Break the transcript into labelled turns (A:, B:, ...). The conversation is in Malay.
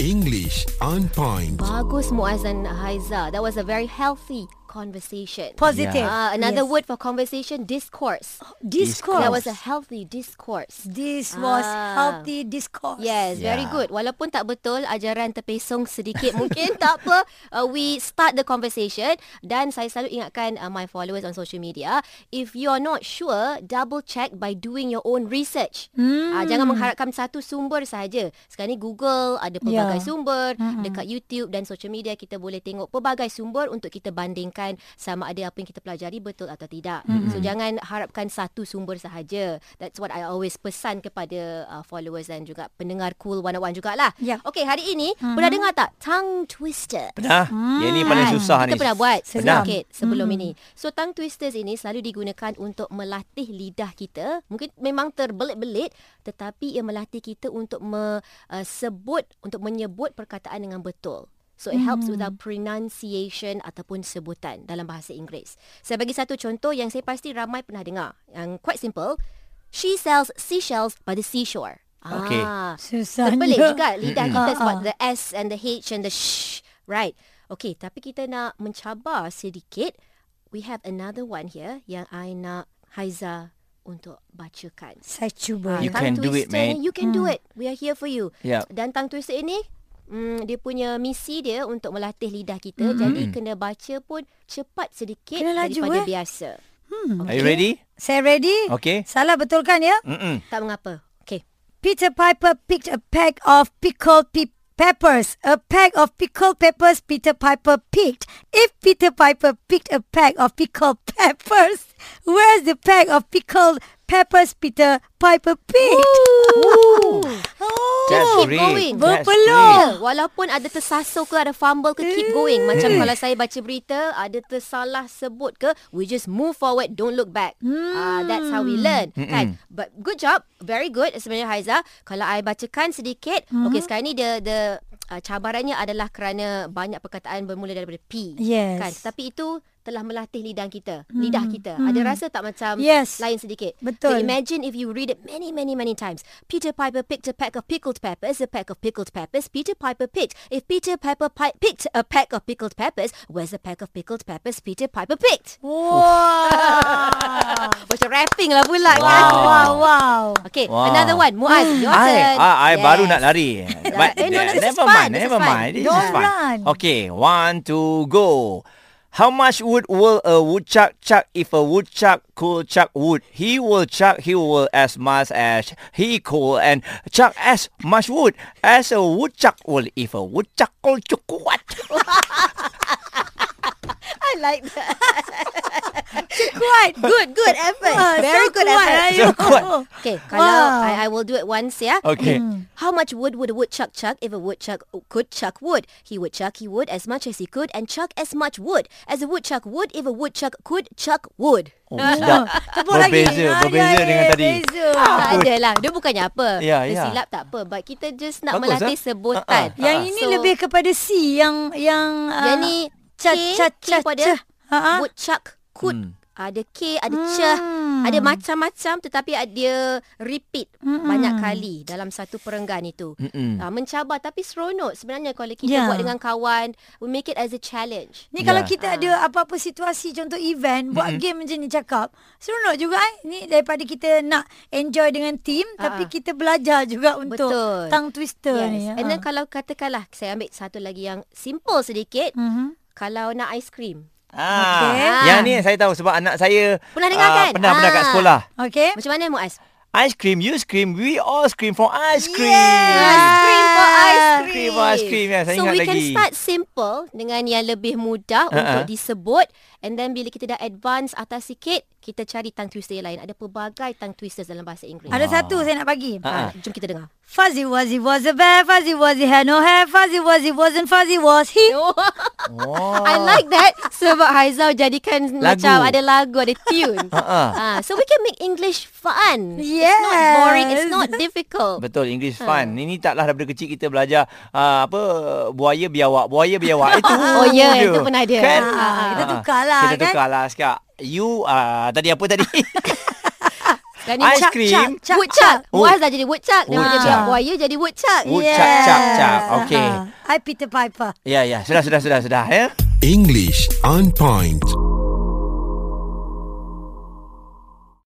A: English on point.
B: Bagus Muaz and Haiza. That was a very healthy conversation.
C: Positive.
B: Uh, another
C: Yes.
B: word for conversation, discourse.
C: Discourse.
B: That was a healthy discourse.
C: This was
B: Ah.
C: healthy discourse.
B: Yes, yeah. very
D: Yeah.
B: good. Walaupun tak betul, ajaran terpesong sedikit mungkin tak apa. Uh, we start the conversation dan saya selalu ingatkan uh, my followers on social media, if you are not sure, double check by doing your own research. Hmm. Uh, jangan mengharapkan satu sumber sahaja. Sekarang ni Google ada pelbagai
C: Ya.
B: yeah. sumber, hmm. dekat YouTube dan social media kita boleh tengok pelbagai sumber untuk kita bandingkan sama ada apa yang kita pelajari betul atau tidak. Hmm. So jangan harapkan satu sumber sahaja. That's what I always pesan kepada uh, followers dan juga pendengar cool 101 jugalah.
C: Ya.
B: Okay, hari ini hmm. pernah dengar tak tongue twister?
D: Pernah? Hmm. Yang ni paling susah
B: Kan? Kita
D: ni.
B: pernah buat
D: Pernah.
B: sedikit sebelum hmm. ini. So tongue twisters ini selalu digunakan untuk melatih lidah kita. Mungkin memang terbelit-belit tetapi ia melatih kita untuk me, uh, sebut untuk menyebut perkataan dengan betul. So it helps with our pronunciation ataupun sebutan dalam bahasa Inggeris. Saya bagi satu contoh yang saya pasti ramai pernah dengar. Yang quite simple. She sells seashells by the seashore.
D: Okay.
B: Ah,
C: Susahnya.
B: Terbelit juga lidah kita
C: Mm-mm.
B: sebab
C: Ah,
B: the S and the H and the sh. Right. Okay, tapi kita nak mencabar sedikit. We have another one here yang I nak Haiza untuk bacakan.
C: Saya cuba.
B: Ah,
D: You
C: Ya.
D: can-
B: tongue
D: do it,
B: twister ni,
D: mate.
B: You can do
C: Hmm.
B: it. We are here for you.
D: Yeah.
B: Dan Tang Twister ini, mm, dia punya misi dia untuk melatih lidah kita. Jadi
D: Hmm.
B: kena baca pun cepat sedikit
C: Hmm. Kena laju,
B: daripada
C: eh.
B: biasa.
D: Are you ready?
C: Saya ready?
D: Okay.
C: Salah betulkan ya?
D: Mm-mm.
B: Tak mengapa. Okay.
C: Peter Piper picked a pack of pickled pe- peppers. A pack of pickled peppers Peter Piper picked. If Peter Piper picked a pack of pickled peppers, where's the pack of pickled peppers Peter Piper picked? Oh,
D: That's
B: Keep
D: great.
B: going.
D: That's
C: Berpeluh.
D: great.
B: Ya, walaupun ada tersasar ke ada fumble ke keep going. Macam kalau saya baca berita ada tersalah sebut ke we just move forward don't look back.
C: Hmm.
B: Ah, that's how we learn. Kan? But good job. Very good sebenarnya Haiza. Kalau I bacakan sedikit.
C: Hmm.
B: Okay sekarang ni the the uh, cabarannya adalah kerana banyak perkataan bermula daripada P.
C: Yes. Hmm.
B: Kan? Tapi itu telah melatih lidah kita. Lidah kita. Ada rasa tak macam
C: Yes.
B: lain sedikit? So
C: Betul.
B: Imagine if you read it many, many, many times. Peter Piper picked a pack of pickled peppers, a pack of pickled peppers. Peter Piper picked. If Peter Piper pi- picked a pack of pickled peppers, where's the pack of pickled peppers Peter Piper picked?
C: Wow.
B: Macam rapping lah pula kan?
C: wow, wow, wow.
B: Okay,
D: Wow.
B: another one. Muaz, your
D: I,
B: turn.
D: I, Ah, I baru
B: Yes.
D: nak lari. But
B: Eh, no, this is
D: never
B: fun.
D: mind,
B: This is
D: never
B: fun.
D: mind. This is
C: Don't
D: fun.
C: run.
D: Okay, one, two, go. How much wood will a woodchuck chuck if a woodchuck could chuck wood? He will chuck, he will as much as he could and chuck as much wood as a woodchuck will if a woodchuck could chuck what?
B: I like that.
C: Kuat.
B: Good, good effort.
C: Ah,
B: Very
C: so
B: good
C: kuat,
B: effort.
C: ayo.
D: So kuat.
B: Okay, kalau
C: Wow.
B: I, I will do it once, yeah?
D: Okay.
B: How much wood would a woodchuck chuck if a woodchuck could chuck wood? He would chuck, he would, as much as he could, and chuck as much wood as a woodchuck would if a woodchuck could chuck wood.
D: Oh, sedap.
C: Tepuk lagi.
D: Berbeza,
C: Ah,
D: berbeza
C: ya,
D: dengan
C: ya,
D: tadi.
C: Beza.
B: Ah, tak adalah. Dia bukannya apa.
D: Ya,
B: Dia
D: ya.
B: silap tak apa. But kita just nak
D: Bagus,
B: melatih
D: ah.
B: sebutan.
D: Ah,
C: Yang ini lebih kepada C yang yang ah,
B: Yang ni
C: cha-
B: K,
C: cha-
B: K
C: cha-
B: pada
C: cha. Ha, ha.
B: woodchuck, could.
D: Hmm.
B: Ada K, ada C.
C: Hmm.
B: Ada macam-macam tetapi ada- dia repeat
C: Hmm.
B: banyak kali dalam satu perenggan itu.
D: Mm-mm.
B: Ah, mencabar tapi seronok sebenarnya kalau kita
C: Ya.
B: buat dengan kawan. We make it as a challenge.
C: Ni kalau
D: Ya.
C: kita ada apa-apa situasi contoh event buat game macam ni cakap. Seronok juga eh. Ni daripada kita nak enjoy dengan team
B: ah.
C: tapi kita belajar juga untuk
B: Betul.
C: tongue twister ni.
B: Yes. And then
C: Ah.
B: kalau katakanlah saya ambil satu lagi yang simple sedikit.
C: Mhm.
B: Kalau nak ice cream.
D: Ah,
C: Okey.
D: Yang ni saya tahu sebab anak saya
B: Pernah dengar
D: ah,
B: kan?
D: Pernah pernah kat
B: Ah.
D: sekolah.
C: Okay.
B: Macam mana Muaz?
D: Ice cream, you scream, we all scream for ice cream.
B: Ice cream for ice cream.
D: Ah, Cream for ice cream, ya, saya
B: so
D: ingat
B: we
D: lagi. Ha,
B: can start simple dengan yang lebih mudah uh-uh. untuk disebut and then bila kita dah advance atas sikit, kita cari tongue twister yang lain. Ada pelbagai tongue twisters dalam bahasa Inggeris.
C: Ada satu saya nak bagi.
B: Ha,
D: Ah.
B: jom kita dengar.
C: Fuzzy Wuzzy was a bear, Fuzzy Wuzzy had no hair, Fuzzy Wuzzy wasn't fuzzy was he.
D: Wow.
B: I like that sebab Haizal jadikan
D: Oh. Lagu.
B: macam
D: Ha,
B: ada lagu, ada tune.
D: Ha-ha.
B: Ah, so we can make English fun. It's not
C: Yes.
B: boring, it's not difficult.
D: Betul English
B: Ah.
D: fun. Ini taklah daripada kecil kita belajar ah, apa buaya biawak, buaya biawak. Itu.
B: Oh, ya,
D: dia.
B: itu pernah ada.
D: Kan?
B: Ah, ah,
C: kita tukarlah,
D: Kita
C: kan?
D: tukarlah Aska. You ah, tadi apa tadi?
B: Dan
D: Ice
B: woodchuck,
D: cream.
B: chuck, Woodchuck.
D: Oh.
B: Muaz dah jadi woodchuck. Dia
D: Woodchuck. Oh,
B: jadi buaya jadi woodchuck.
D: Woodchuck, chuck, chuck. Okay.
C: Ah, I Peter Piper.
D: Ya, ya. Sudah, sudah, sudah, sudah. Ya.
A: English on point.